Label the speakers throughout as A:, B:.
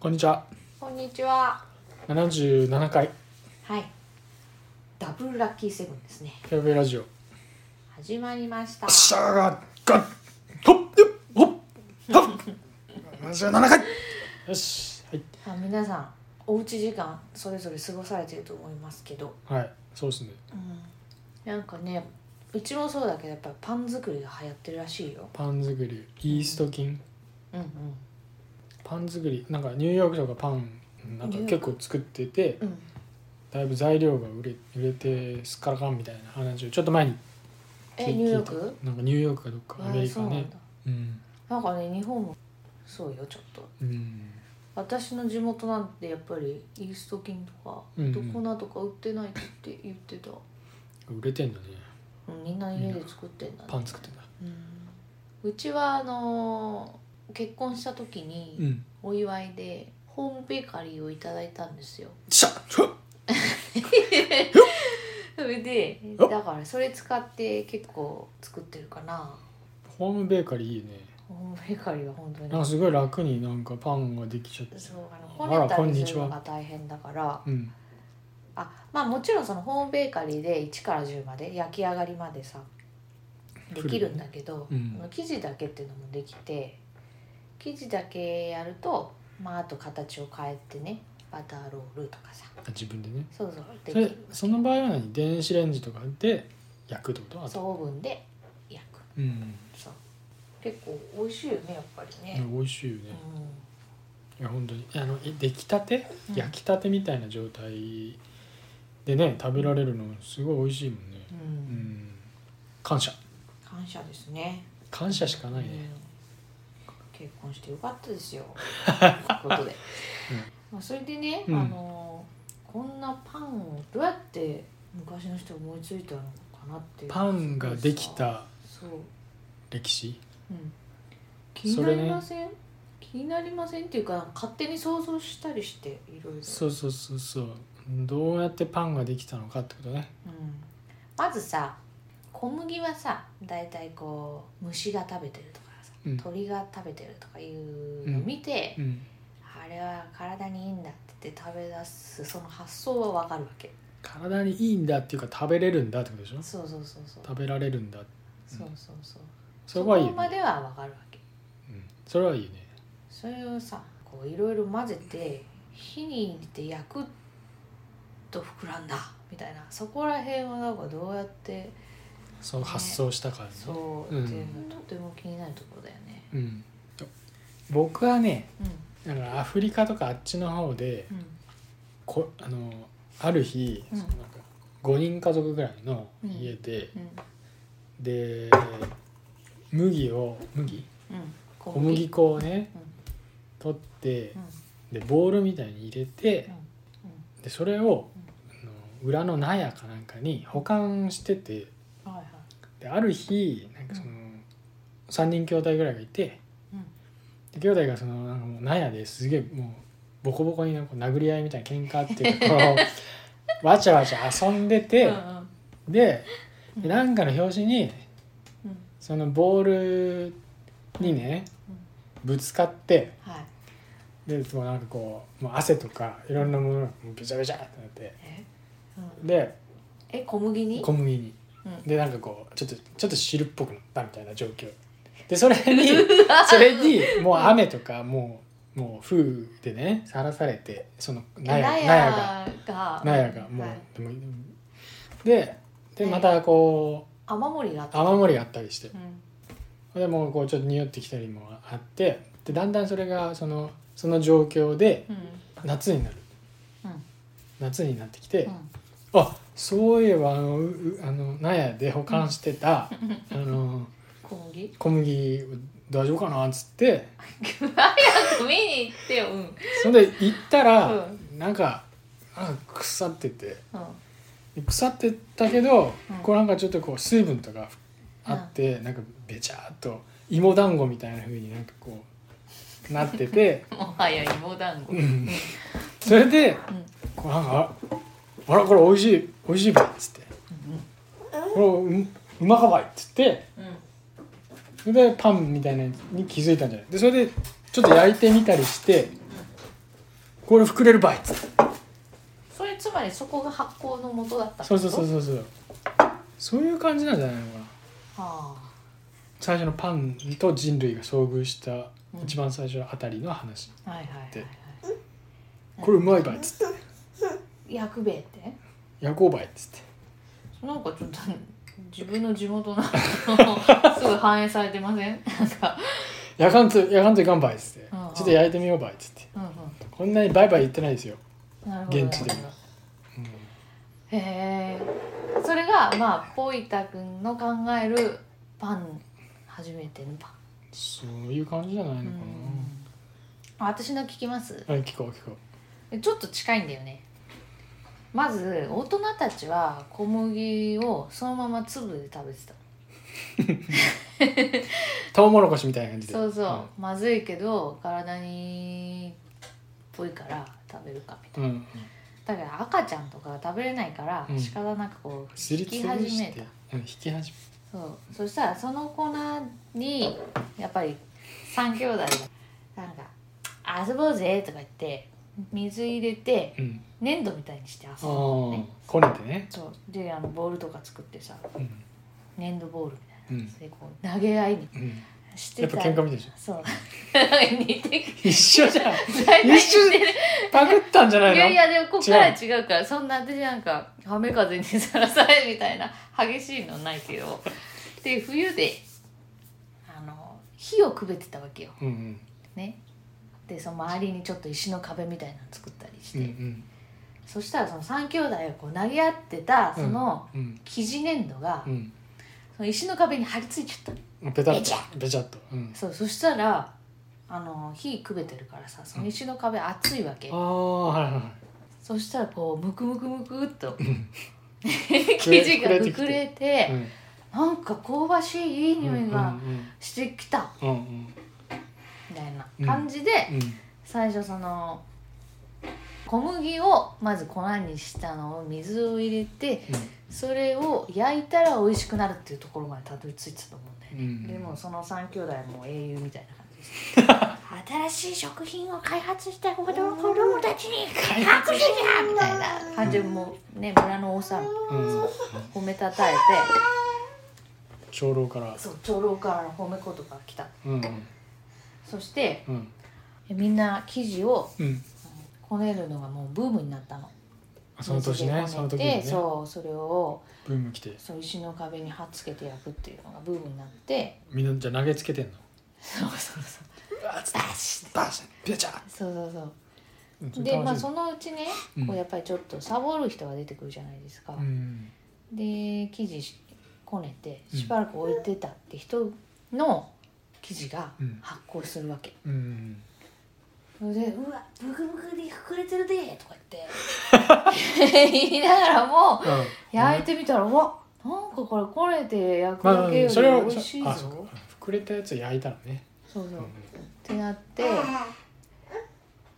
A: こんにちは。
B: こんにちは。
A: 77回
B: はい。ダブルラッキーセブンですね。
A: フェアウェイラジオ。
B: 始まりました。
A: シャーがガッホッユッホッホッ。77回。よしはい
B: あ皆さん、おうち時間それぞれ過ごされてると思いますけど、
A: はいそうですね。
B: なんかね、うちもそうだけどやっぱパン作りが流行ってるらしいよ。
A: パン作りイースト菌
B: うん
A: パン作りなんかニューヨークとかパンなんか
B: ニューヨー
A: 結
B: ク
A: 構作ってて
B: うん。うん。
A: だいぶ材料が売れ売れてすっからかんみたいな話をちょっと前に
B: え、ニューヨーク？
A: なんかニューヨークかどっかアメ
B: あ
A: リ
B: そ
A: カ
B: うなん
A: ね
B: だ。
A: うん
B: なんかね、日本もそうよちょっと。
A: うん
B: 私の地元なんてやっぱりイースト菌とか、
A: うんうん
B: どこなとか売ってないって言ってた。
A: 売れてんだね
B: うんみんな家で作ってんだね。
A: パン作ってんだ
B: うんうちはあのー結婚した時
A: う
B: に
A: ん
B: お祝いでホームベーカリーをいただいたんですよ
A: シャッフッ
B: それで
A: お
B: だからそれ使って結構作ってるかな
A: ホームベーカリーいいね
B: ホームベーカリーは本当に
A: なんかすごい楽になんかパンができちゃって
B: そう
A: あ
B: あのこね
A: ら
B: た
A: こん
B: り
A: に
B: す
A: ち
B: る
A: は
B: のが大変だから
A: うん
B: あまあもちろんそのホームベーカリーで1から10まで焼き上がりまでさできるんだけど、
A: フルでねうん
B: その生地だけっていうのもできて生地だけやるとまああと形を変えてねバターロールとかさ
A: あ自分でね
B: そうそう
A: そ
B: でき
A: れ
B: る
A: その場合は何電子レンジとかで焼くってことあ
B: そう
A: と
B: オーブンで焼く
A: うん
B: そう結構美味しいよねやっぱり
A: いや
B: ね、
A: 美味しいよ
B: うん
A: ねいや本当にあのえ出来たて
B: うん
A: 焼きたてみたいな状態でね食べられるのすごい美味しいもんね
B: う
A: うんん感謝
B: 感謝ですね
A: 感謝しかない
B: うん
A: ね
B: 結婚してよかったで すよということで、まあ、それでね、
A: うん
B: あのこんなパンをどうやって昔の人思いついたのかなっていう
A: パンができた
B: そう、
A: 歴史
B: うん、気になりません、気になりませんっていうか勝手に想像したりしていろいろ
A: そうそうそうそうどうやってパンができたのかってことね
B: うんまずさ小麦はさ大体こう虫が食べてるとかさ、
A: うん
B: 鳥が食べてるとかいうのを見て、
A: うん
B: あれは体にいいんだって言って食べ出すその発想はわかるわけ
A: 体にいいんだっていうか食べれるんだってことでしょ
B: そうそうそうそう
A: 食べられるんだ
B: そうそうそう
A: それはいいよ
B: そこま
A: ね
B: ではわかるわけ
A: うんそれはいいね
B: それをさこういろいろ混ぜて火に入れて焼くと膨らんだみたいなそこら辺はなんかどうやって
A: そう発想したからね
B: そうっていうのはとても気になるところだよね
A: うん僕はね
B: う
A: だからアフリカとかあっちの方で
B: ん
A: こあのある日、
B: うん
A: そのなんか5人家族ぐらいの家で、
B: うん
A: で麦を麦
B: うん
A: 小麦粉をね、
B: うん
A: 取って
B: う
A: で
B: ん
A: ボールみたいに入れてでそれを、あの裏の納屋かなんかに保管してて
B: うんはいはい
A: である日なんかその、3人兄弟ぐらいがいて
B: うん
A: で兄弟がそのなんかもう納屋ですげえもうボコボコになんか殴り合いみたいな喧嘩っていうか こうわちゃわちゃ遊んでてで
B: うん
A: でなんかの拍子に
B: うん
A: そのボールにね
B: うん
A: ぶつかって
B: はい
A: でもうなんかこうもう汗とかいろんなものがもうべちゃべちゃってなって
B: えうん
A: で
B: え小麦に
A: 小麦に
B: うん
A: でなんかこうちょっとちょっと汁っぽくなったみたいな状況でそれに それにもう雨とかもうもう風雨でねさらされてその納
B: え
A: 屋
B: 納
A: 納屋が
B: 屋が
A: 納屋がもう、
B: はい
A: でもでで
B: はい
A: またこう
B: 雨漏りがあった
A: 雨漏りがあったりして
B: うん
A: でもうこうちょっと匂ってきたりもあってでだんだんそれがそのその状況で
B: うん
A: 夏になる
B: うん
A: 夏になってきて、
B: うん
A: あそういえばあのううあの納屋で保管してた、 あの
B: 小麦
A: 小麦大丈夫かなっつって
B: 早く見に行ってようんうん
A: それで行ったら、
B: う
A: なんかなんか腐ってて
B: うん
A: 腐ってたけど、
B: うん
A: こうなんかちょっとこう水分とかあって、なんかべちゃーっと芋団子みたいな風になんかこうなってて
B: もはや芋団子
A: うんそれで
B: うん
A: こうなんかああらこれ美味しい美味しいばいっつってこれううまかばいっつって
B: うん
A: それでパンみたいなのに気づいたんじゃないでそれでちょっと焼いてみたりしてこれ膨れるばいっつって
B: それつまりそこが発酵の元だったって
A: そうそうそう
B: う
A: そうそうそういう感じなんじゃないのかな
B: ああ
A: 最初のパンと人類が遭遇した
B: うん
A: 一番最初あたりの話、
B: はいはいはい、
A: で
B: は
A: これうまいばいっつって
B: い。薬兵衛って
A: 夜行ばいっつって
B: なんかちょっと自分の地 元なのすぐ反映されてませんなんか
A: 夜間つ夜間ついかんばいっつってち
B: うんう
A: ょ
B: ん
A: っと焼いてみようばいっつって
B: うん
A: こんなにバイバイ言ってないですよ、
B: うんなるほど
A: 現地でもうん
B: へえそれがまあポイタ君の考えるパン初めてのパン
A: そういう感じじゃないのか
B: あ私の聞きます
A: な、はい聞こう聞こ
B: ちょっと近いんだよねまず大人たちは小麦をそのまま粒で食べてた
A: うトウモロコシみたいな感じで
B: そうそう、まずいけど体にっぽいから食べるかみたい
A: うん、うん、
B: なだから赤ちゃんとか食べれないから
A: うん
B: 仕方なくこう
A: す
B: 引
A: り
B: き
A: つぶ
B: 始
A: し
B: め
A: て
B: た、
A: うん、引き始め
B: そうそしたらその粉にやっぱり3兄弟がなんか「遊ぼうぜ」とか言って水入れて
A: うん
B: 粘土みたいにして遊ぶ
A: あ
B: の
A: あ
B: ね
A: こねてね
B: そうであのボールとか作ってさ
A: うん
B: 粘土ボールみたいな
A: うん
B: でこう投げ合いみたい
A: うん
B: なして
A: やったぱ喧嘩みたいじゃ
B: そう 似て
A: ん一緒じゃん
B: 大体
A: 一緒
B: 似てる
A: パクったんじゃない
B: い
A: の
B: やいやでもここから違うからそんな私なんか雨風にさらされみたいな激しいのないけどで冬であの火をくべてたわけよ
A: うんうん
B: ねでその周りにちょっと石の壁みたいなの作ったりして、
A: うんうん
B: そしたらその3兄弟がこう投げ合ってたその
A: うん
B: 生地粘土が、
A: うん
B: その石の壁に張り付いちゃったの
A: ペタ
B: べちゃ
A: ッとべちゃっとうん
B: そうそしたらあの火くべてるからさその石の壁熱いわけ、
A: ああはいはいは
B: そしたらこうムクムクムクっと
A: い うん
B: 生地が膨れて
A: うん
B: なんか香ばしいいい匂いがしてきた
A: うんうん
B: みたいな感じで
A: うん
B: 最初その小麦をまず粉にしたのを水を入れてそれを焼いたら美味しくなるっていうところまでたどり着いてたと思うんだよ
A: うん
B: ね、
A: うん
B: でもその3兄弟も英雄みたいな感じです 新しい食品を開発した子供子供たちに
A: 開
B: 拍手じゃみたいな感じでもうね村の王さん
A: うん
B: 褒めたたえて
A: 長老から
B: そう長老からの褒め言葉が来た
A: うん
B: そして
A: うん
B: みんな生地を
A: うん
B: こねるのがもうブームになったの
A: その年ねその
B: 水でこねて
A: 時にね
B: そうそれを
A: ブーム来て
B: そう石の壁に貼っつけて焼くっていうのがブームになって
A: みんなじゃあ投げつけてんの
B: そうそうそう
A: うわつバシッベチャッ
B: そうそうそう
A: うん
B: でまあ
A: 楽しい
B: そのうちね
A: うん
B: こうやっぱりちょっとサボる人が出てくるじゃないですか、
A: うん
B: で生地しこねて
A: うん
B: しばらく置いてたって人の生地が
A: うん
B: 発酵するわけ、
A: うん
B: それで「うわブクブクに膨れてるで」とか言って言いながらも
A: うん
B: 焼いてみたら、うわなんかこれこねて焼く
A: まあ
B: だ
A: うん
B: けよ
A: それ
B: り
A: を
B: 美味しいぞ、
A: あ
B: そ
A: そううか膨れたやつ焼いたのね
B: そう
A: う
B: っ
A: ん
B: てなって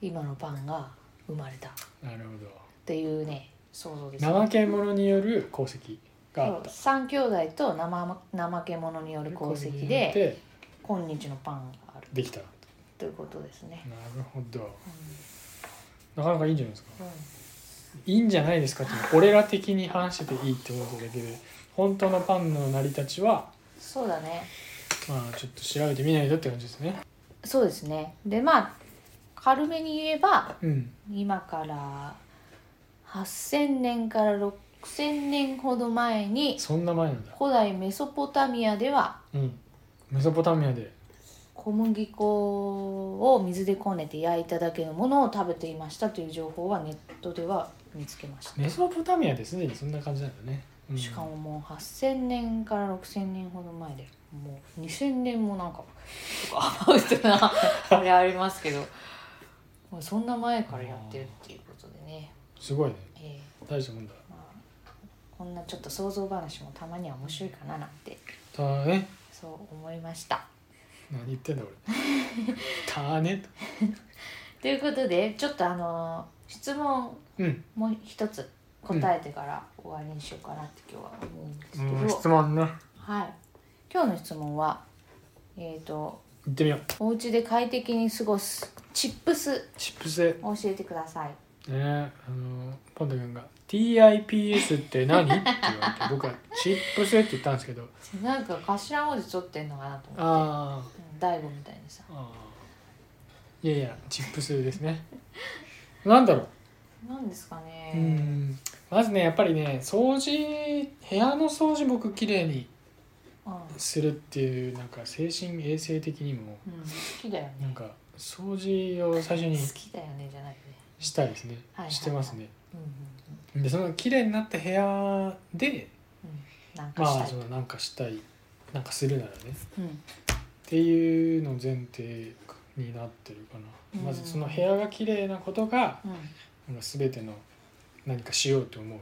B: 今のパンが生まれたっ
A: なるほど
B: ていうね想像です
A: 怠け者による功績があった
B: 3兄弟と生怠け者による功績で
A: で
B: 今日のパンがある
A: できたな
B: ということですね、
A: るほど
B: う
A: なかなかいいんじゃないですか
B: んうん
A: いいんじゃないですかっていうの俺ら的に話してていいって思っただけで本当のパンの成り立ちは
B: そうだね
A: まあちょっと調べてみないとって感じですね
B: そうですねでまあ軽めに言えば
A: うん
B: 今から8,000年から6,000年ほど前に
A: そんな前なんだ
B: 古代メソポタミアでは
A: うんメソポタミアで
B: 小麦粉を水でこねて焼いただけのものを食べていましたという情報はネットでは見つけました、
A: メソポタミアですでにそんな感じなんだね、うん、
B: しかももう8,000年から6,000年ほど前でもう2,000年もなんかちょっとアバウトなあれありますけどもうそんな前からやってるっていうことでね、
A: すごいね
B: え
A: 大したもんだ
B: ーまあ、こんなちょっと想像話もたまには面白いかななんて
A: たーね
B: そう思いました。
A: 何言ってんだ俺 たーね
B: ということでちょっとあの質問
A: うん、
B: もう一つ答えてから終わりにしようかなって今日は思うんですけど、
A: 質問ね
B: はい今日の質問はえっ、と
A: 行ってみよう
B: お家で快適に過ごすチップス
A: チップスで
B: 教えてください
A: ねあのポンタ君が「TIPS って何?」って言われて僕は「チップス」って言ったんですけど
B: なんか頭文字取ってんのかなと思って
A: あ
B: うん大悟みたいにさ
A: ーあーいやいやチップスですねなんだろ
B: なんですかね
A: ううんまずねやっぱりね掃除部屋の掃除僕綺麗に
B: うん
A: するっていうなんか精神衛生的にも
B: うん、好きだよね
A: なんか掃除を最初
B: 好
A: に
B: きだよねじゃないよね
A: したいですね、
B: はいはい
A: してますね
B: うんうん
A: でその綺麗になった部屋で
B: うんなんかし
A: まあ
B: たい
A: そのなんかしたいなんかするならね
B: うん
A: っていうの前提になってるかな、
B: うん
A: まずその部屋が綺麗なことが
B: うん
A: なんか全ての何かしようと思う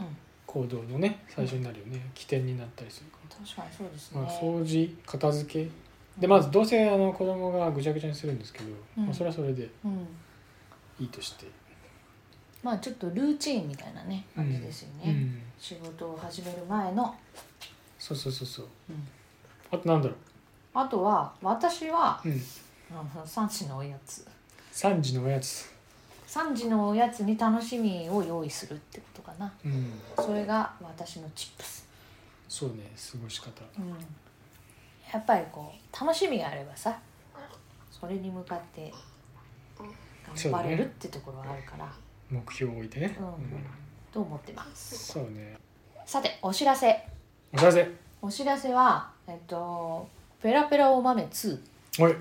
B: うん
A: 行動のね最初になるよね、起点になったりするか
B: 確かにそうです
A: ら、
B: ね、
A: まあ、掃除片付けでまずどうせあの子供がぐちゃぐちゃにするんですけど、
B: うん
A: まあ、それはそれで
B: うん
A: いいとして、
B: まあちょっとルーチンみたいなね感じですよ
A: う
B: ね、
A: ん、
B: 仕事を始める前の、
A: そうそうそうそう
B: うん、
A: あとなんだろ
B: あとは私は
A: う、うん、
B: 3時のおやつ
A: 3時のおやつ、
B: 3時のおやつに楽しみを用意するってことかな
A: うん、
B: それが私のチップス、
A: そうね過ごし方
B: うん、やっぱりこう楽しみがあればさそれに向かって頑張れるってところはあるから
A: 目標を置いてね、
B: うん
A: うん
B: と思ってます
A: そうね
B: さてお知らせ
A: お知らせ
B: お知らせはえっと「ペラペラお豆2
A: おい」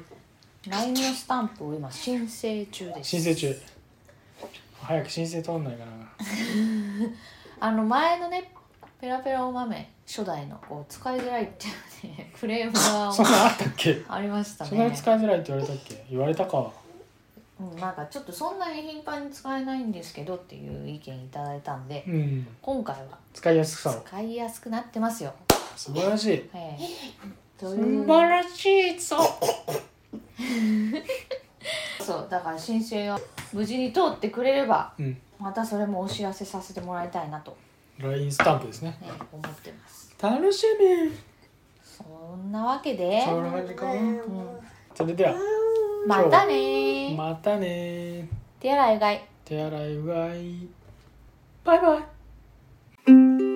B: LINE のスタンプを今申請中です
A: 申請中早く申請通んないかな
B: あの前のねペラペラお豆初代のこう使いづらいっていうね フレーム
A: そん
B: が
A: なのあったっけ
B: ありました
A: そんなに
B: ね
A: 使いづらいって言われたっけ言われたか
B: うんなんかちょっとそんなに頻繁に使えないんですけどっていう意見いただいたんで
A: うん
B: 今回は
A: 使いやすさを
B: 使いやすくなってますよ、
A: 素晴らしい
B: ええと
A: 素
B: いう
A: 晴らしいぞ
B: そうだから申請が無事に通ってくれれば
A: うん
B: またそれもお知らせさせてもらいたいなと、
A: LINE スタンプですね
B: ね、思ってます
A: 楽しみ
B: そんなわけで、
A: そんな感じかな
B: うん、
A: それでは
B: またねー、
A: またね
B: 手洗いうがい
A: 手洗いうがいバイバイ